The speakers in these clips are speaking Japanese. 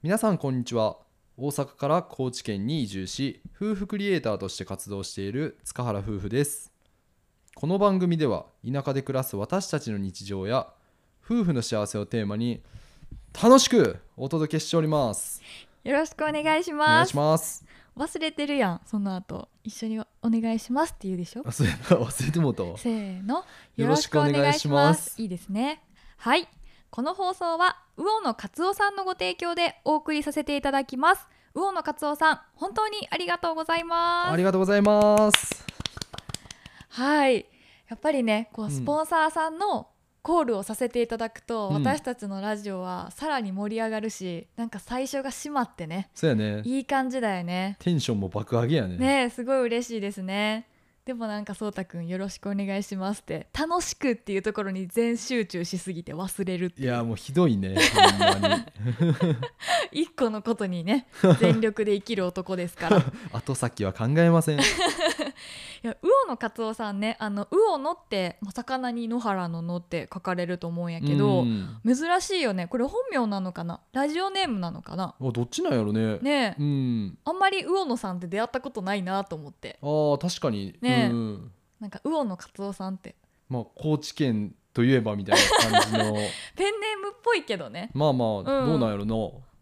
皆さんこんにちは大阪から高知県に移住し夫婦クリエイターとして活動している塚原夫婦ですこの番組では田舎で暮らす私たちの日常や夫婦の幸せをテーマに楽しくお届けしておりますよろしくお願いしお願まいすします忘れてるやんその後一緒にお願いしますって言うでしょあそうやな忘れてもうたわせーのよろしくお願いしますよろくお願いいいですねはいこの放送は魚野勝夫さんのご提供でお送りさせていただきます魚野勝夫さん本当にありがとうございまありすがとうございますはいやっぱりねこううんスポンサーさんのコールをさせていただくと、うん私たちのラジオはさらに盛り上がるしなんか最初が締まってねそうやねいい感じだよねテンションも爆上げやねねえすごい嬉しいですねでもなんかそうたくんよろしくお願いしますって楽しくっていうところに全集中しすぎて忘れるっていいうやもうひどいねほんまに 一個のことにね全力で生きる男です からい後先は考えませんや魚野勝夫さんねあの魚野ってまあ魚に野原の野って書かれると思うんやけどうん珍しいよねこれ本名なのかなラジオネームなのかなあどっちなんやろねねうえんあんまり魚野さんって出会ったことないなと思ってあー確かに、ねえうんなんか魚野勝夫さんってまあ高知県といえばみたいな感じ のペンネームっぽいけどねまあまあ、んどうなんやろな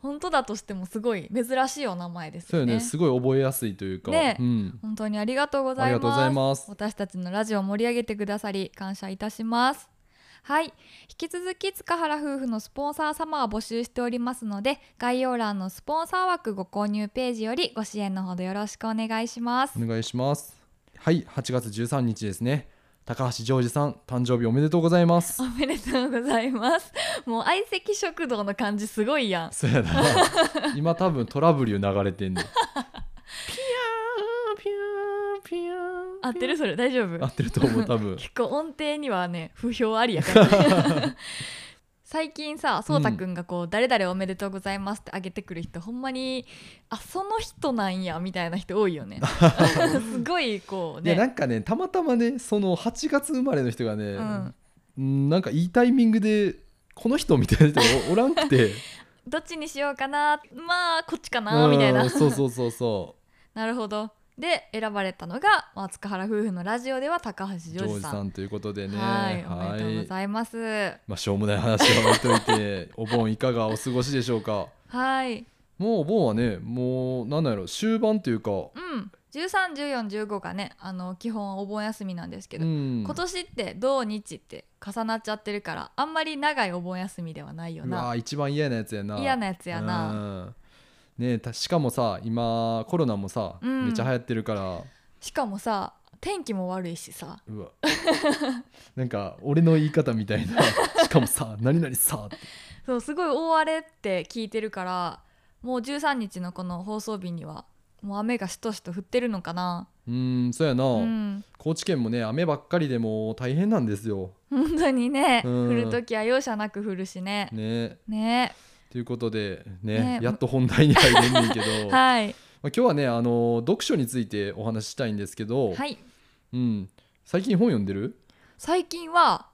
本当だとしてもすごい珍しいお名前ですそうよよねねすごい覚えやすいというか、ねえうん、本当にありがとうごあざりいがとうござまいすます私たちのラジオを盛り上げてくださり感謝いたしますはい引き続き塚原夫婦のスポンサー様は募集しておりますので概要欄のスポンサー枠ご購入ページよりご支援のほどよろしくお願いしますお願いしますはい8月13日ですね高橋ジョージさん誕生日おめでとうございますおめでとうございますもう相席食堂の感じすごいやんそうやな 今多分トラブル流れてんね んピヤーピヤーピヤー合ってるそれ大丈夫合ってると思う多 分結構音程にはね不評ありやから 最近さそうたくんがこう「誰々おめでとうございます」ってあげてくる人ほんまにあその人なんやみたいな人多 いよねすごいこういやなねんかねたまたまねその8月生まれの人がね、うんうんなんかいいタイミングでこの人みたいな人おおらんくてどっちにしようかな まあこっちかなみたいなうんそうそうそうそなるほどで選ばれたのが、まあ、塚原夫婦のラジオでは高橋 ジうジョョーージジさんさんということでねはいおめでとうごはいざいます、まあしょうもない話は置いといて お盆いかがお過ごしでしょうかはいもうお盆はねもうなんなんやろ終盤というかうん131415がねあの基本お盆休みなんですけど、うん今年って土日って重なっちゃってるからあんまり長いお盆休みではないようわなー一番嫌なやつやな嫌なやつやなうんねえたしかもさ今コロナもさ、うんめっちゃ流行ってるからしかもさ天気も悪いしさうわ なんか俺の言い方みたいなしかもさ何々さってそうすごい大荒れって聞いてるからもう13日のこの放送日にはもう雨がしとしと降ってるのかなうーんそうやな、うん高知県もね雨ばっかりでもう大変なんですよ本当にねうん降る時は容赦なく降るしねねねということでねねやっと本題に入れんねんけど、まあ、 はい今日はねあの読書についてお話ししたいんですけど、はいうん、最近本読んでる最近は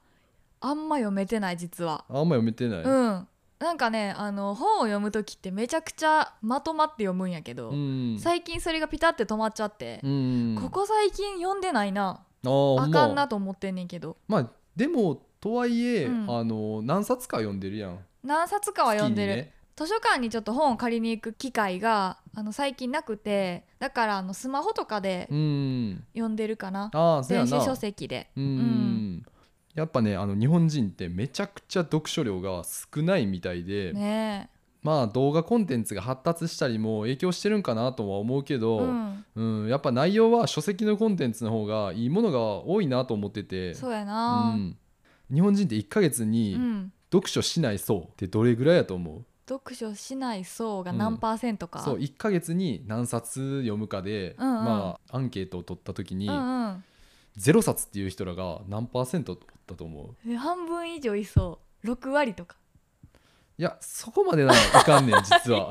あんま読めてない実はああんま読めてない、うん、なんかねあの本を読む時ってめちゃくちゃまとまって読むんやけど、うん最近それがピタって止まっちゃってう、ん、ここ最近読んでないな、あーほあんまかんなと思ってんねんけどまあでもとはいえ、うんあの何冊か読んでるやん何冊かは読んでる、月にね図書館にちょっと本を借りに行く機会があの最近なくてだからあのスマホとかでうん読んでるかな、ああそうや電な子書籍でうんやっぱねあの日本人ってめちゃくちゃ読書量が少ないみたいで、ねまあ動画コンテンツが発達したりも影響してるんかなとは思うけえ、ど、ううんん、やっぱ内容は書籍のコンテンツの方がいいものが多いなと思っててそうやうな、ん日本人って1ヶ月うんに読書しない層ってどれぐらいやと思う、読書しない層が何パーセントか、そう1ヶ月に何冊読むかで、うんうんまあアンケートを取った時に、うんうんゼロ冊っていう人らが何パーセントだったと思うえ半分以上いそう6割とかいやそこまでならいかん ねん実は、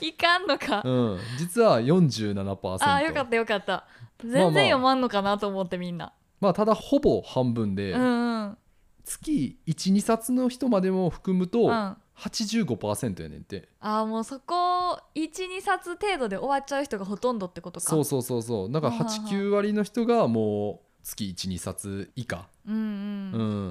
いかんのか、うん、実は47%あーよかったよかった全然読まんのかなと思ってみんな、まあただほぼ半分で、うんうん月12冊の人までも含むと、うん85%やねんってああもうそこ12冊程度で終わっちゃう人がほとんどってことかそうそうそうそうだからはあはあ89割の人がもう月12冊以下、うんううんん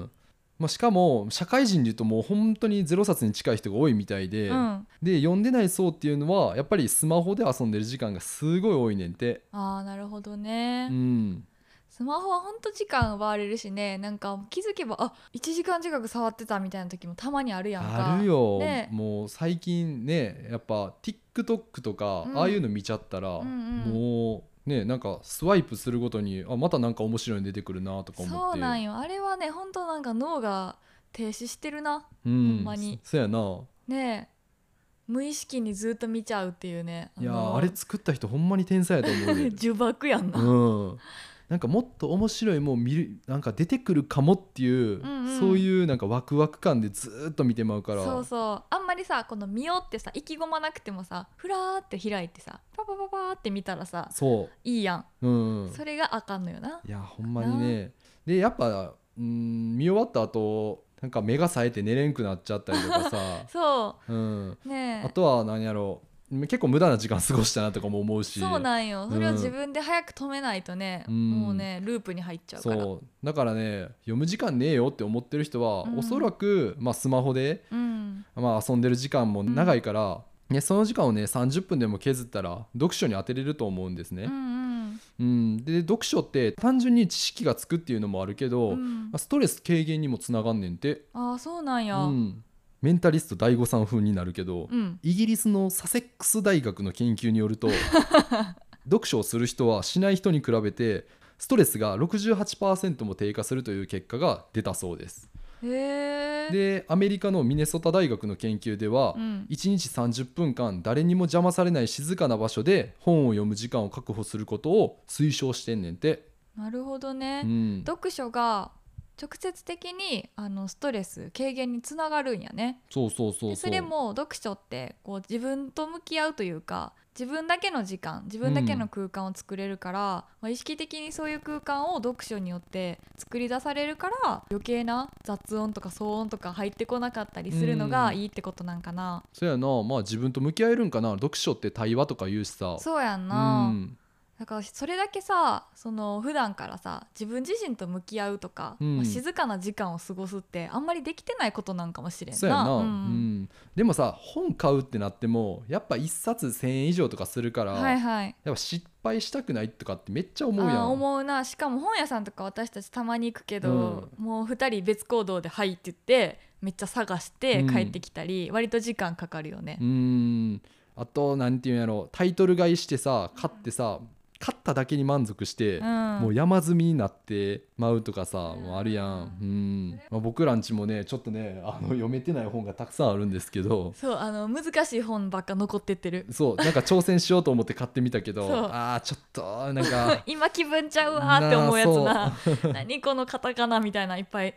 まあ、しかも社会人でいうともう本当に0冊に近い人が多いみたいで、うんで読んでない層っていうのはやっぱりスマホで遊んでる時間がすごい多いねんて、ああなるほどね、うん、スマホはほんと時間奪われるしねなんか気づけばあ1時間近く触ってたみたいな時もたまにあるやんかあるよ、ねもう最近ねやっぱ TikTok とか、うんああいうの見ちゃったら、うんうんもうねなんかスワイプするごとにあまたなんか面白いの出てくるなとか思ってそうなんよあれはねほんとなんか脳が停止してるなうんほんまにそそうやなねえ無意識にずっと見ちゃうっていうねいやーのあれ作った人ほんまに天才やと思う で呪縛やんな、うん、なんかもっと面白いもう見るなんか出てくるかもっていう、うんうんそういうなんかワクワク感でずーっと見てまうからそうそうあんまりさこの「見よ」ってさ意気込まなくてもさふらーって開いてさパパパパーって見たらさそいいやん、ううんそれがあかんのよない、やほんまにねでやっぱうん見終わった後なんか目が冴えて寝れんくなっちゃったりとかさ そうん、うねえあとは何やろう結構無駄な時間過ごしたなとかも思うしそうなんよそれうをん自分で早く止めないとね、うんもうねループに入っちゃうからう、そうだからね読む時間ねえよって思ってる人は、うんおそらく、まあ、スマホでん、まあ、遊んでる時間も長いから、ね、その時間をね30分でも削ったら読書に当てれると思うんですうんうね。んうん、で読書って単純に知識がつくっていうのもあるけど、うんまあストレス軽減にもつながんねんて、ああそうなんうやうん、ん、メンタリスト DAIGO さん風になるけど、イギリスのサセックス大学の研究による と読書をする人はしない人に比べてストレスが68%も低下するという結果が出たそうです。へえでアメリカのミネソタ大学の研究では、うん1日30分間誰にも邪魔されない静かな場所で本を読む時間を確保することを推奨してんねんて。なるほどね、うん、読書が直接的にあのストレス軽減につながるんやねそうそうそうそうでそれも読書ってこう自分と向き合うというか自分だけの時間自分だけの空間を作れるから、まあ、意識的にそういう空間を読書によって作り出されるから余計な雑音とか騒音とか入ってこなかったりするのがうんいいってことなんかな、そうやなまあ自分と向き合えるんかな読書って対話とか言うしさそうやんな、うんだからそれだけさその普段からさ自分自身と向き合うとか、うんまあ静かな時間を過ごすってあんまりできてないことなんかもしれんな。そうやな、うんうんでもさ本買うってなってもやっぱ1冊1,000円以上とかするから、はいはいやっぱ失敗したくないとかってめっちゃ思うやあーん思うなしかも本屋さんとか私たちたまに行くけど、もう2人別行動で「はい」って言ってめっちゃ探して帰ってきたり、割と時間かかるよねう。んあとなんていうんやろタイトル買いしてさ買ってさ買っただけに満足して、うんもう山積みになってまうとかさ、もうあるやん、ううんまあ、僕らんちもねちょっとねあの読めてない本がたくさんあるんですけどそうあの難しい本ばっか残ってってるそうなんか挑戦しようと思って買ってみたけど そうあーちょっとなんか今気分ちゃうわーって思うやつな 何このカタカナみたいないっぱい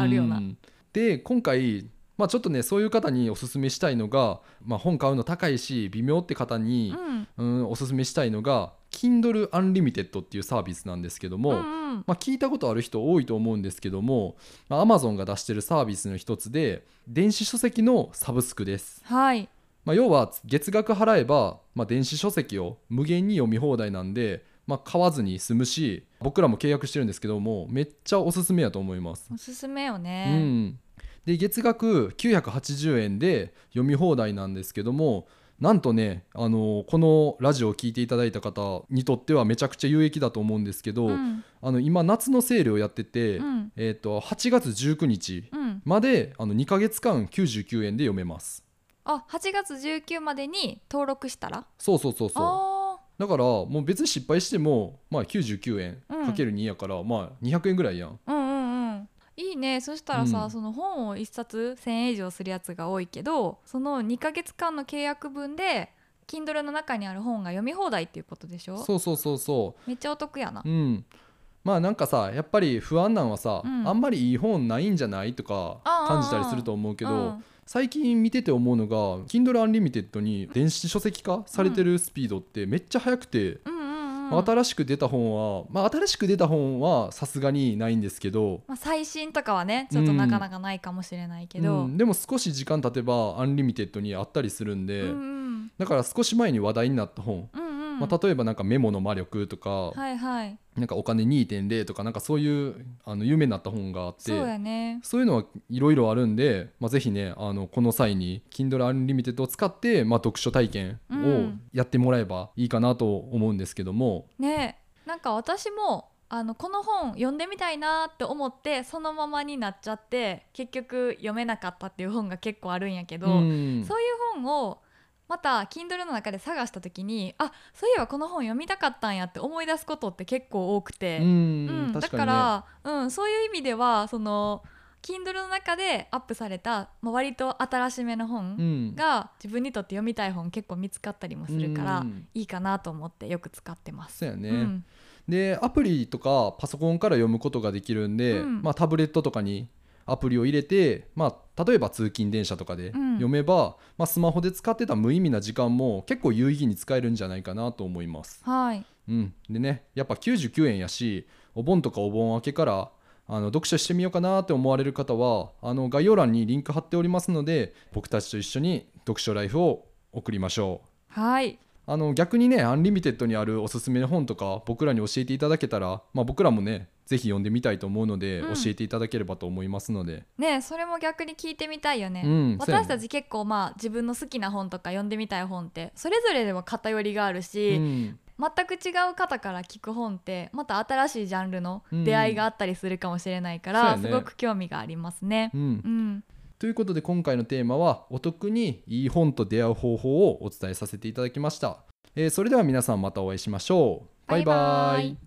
あるようなうんで今回まあ、ちょっとねそういう方におすすめしたいのが、まあ、本買うの高いし微妙って方に、うんうん、おすすめしたいのが Kindle Unlimited っていうサービスなんですけども、うんうんまあ、聞いたことある人多いと思うんですけども、まあ、Amazon が出してるサービスの一つで電子書籍のサブスクです、はいまあ、要は月額払えば、まあ、電子書籍を無限に読み放題なんで、まあ、買わずに済むし僕らも契約してるんですけどもめっちゃおすすめやと思います、おすすめようね。ん、で月額980円で読み放題なんですけどもなんとね、あのこのラジオを聞いていただいた方にとってはめちゃくちゃ有益だと思うんですけど、うんあの今夏のセールをやってて、うんえー、と8月19日うんまであの2ヶ月間99円で読めますあ8月19までに登録したらそうそうそうそあうだからもう別に失敗しても、まあ、99円うんかける2やから、まあ200円ぐらいやんーうんうんうんいいねそしたらさ、うんその本を1冊1,000円以上するやつが多いけどその2ヶ月間の契約分で Kindle の中にある本が読み放題っていうことでしょそうそうそうそめっちゃお得やなううんまあなんかさやっぱり不安なんはさ、うんあんまりいい本ないんじゃないとかああ感じたりすると思うけど、うん最近見てて思うのが Kindle Unlimited に電子書籍化されてるスピードってめっちゃ速くて、うんうんうんうんまあ新しく出た本は、まあ、新しく出た本はさすがにないんですけど、まあ、最新とかはねちょっとなかなかないかもしれないけど、うんでも少し時間経てばアンリミテッドにあったりするんで、うんうんだから少し前に話題になった本、うんうんまあ、例えばなんかメモの魔力とか、はいはいなんかお金2.0とかなんかそういうあの有名になった本があってそうやねそういうのはいろいろあるんで、まあ、ぜひねあのこの際に Kindle Unlimited を使って、まあ、読書体験うをんやってもらえばいいかなと思うんですけども、ねなんか私もあのこの本読んでみたいなって思ってそのままになっちゃって結局読めなかったっていう本が結構あるんやけど、うんそういう本をまた Kindle の中で探した時にあそういえばこの本読みたかったんやって思い出すことって結構多くて、うんうんだ確か、からうん、そういう意味ではその Kindle の中でアップされた、まあ、割と新しめのに本ね、が自分にとって読みたい本結構見つかったりもするから、うんいいかなと思ってよく使ってます。そうやね、うんでアプリとかパソコンから読むことができるんで、うんまあ、タブレットとかにアプリを入れて、まあ、例えば通勤電車とかでうん読めば、まあ、スマホで使ってた無意味な時間も結構有意義に使えるんじゃないかなと思います。はい、うん、でねやっぱ99円やしお盆とかお盆明けからあの読書してみようかなって思われる方はあの概要欄にリンク貼っておりますので僕たちと一緒に読書ライフを送りましょう。はい、あの逆にねアンリミテッドにあるおすすめの本とか僕らに教えていただけたら、まあ、僕らもねぜひ読んでみたいと思うので、うん教えていただければと思いますので、ねそれも逆に聞いてみたいよね。うんそうやね私たち結構まあ自分の好きな本とか読んでみたい本ってそれぞれでは偏りがあるし、うん全く違う方から聞く本ってまた新しいジャンルの出会いがあったりするかもしれないかうんそら、うすやねごく興味がありますね。うんうん、ということで今回のテーマはお得にいい本と出会う方法をお伝えさせていただきました、えーそれでは皆さんまたお会いしましょうバイババイバイイ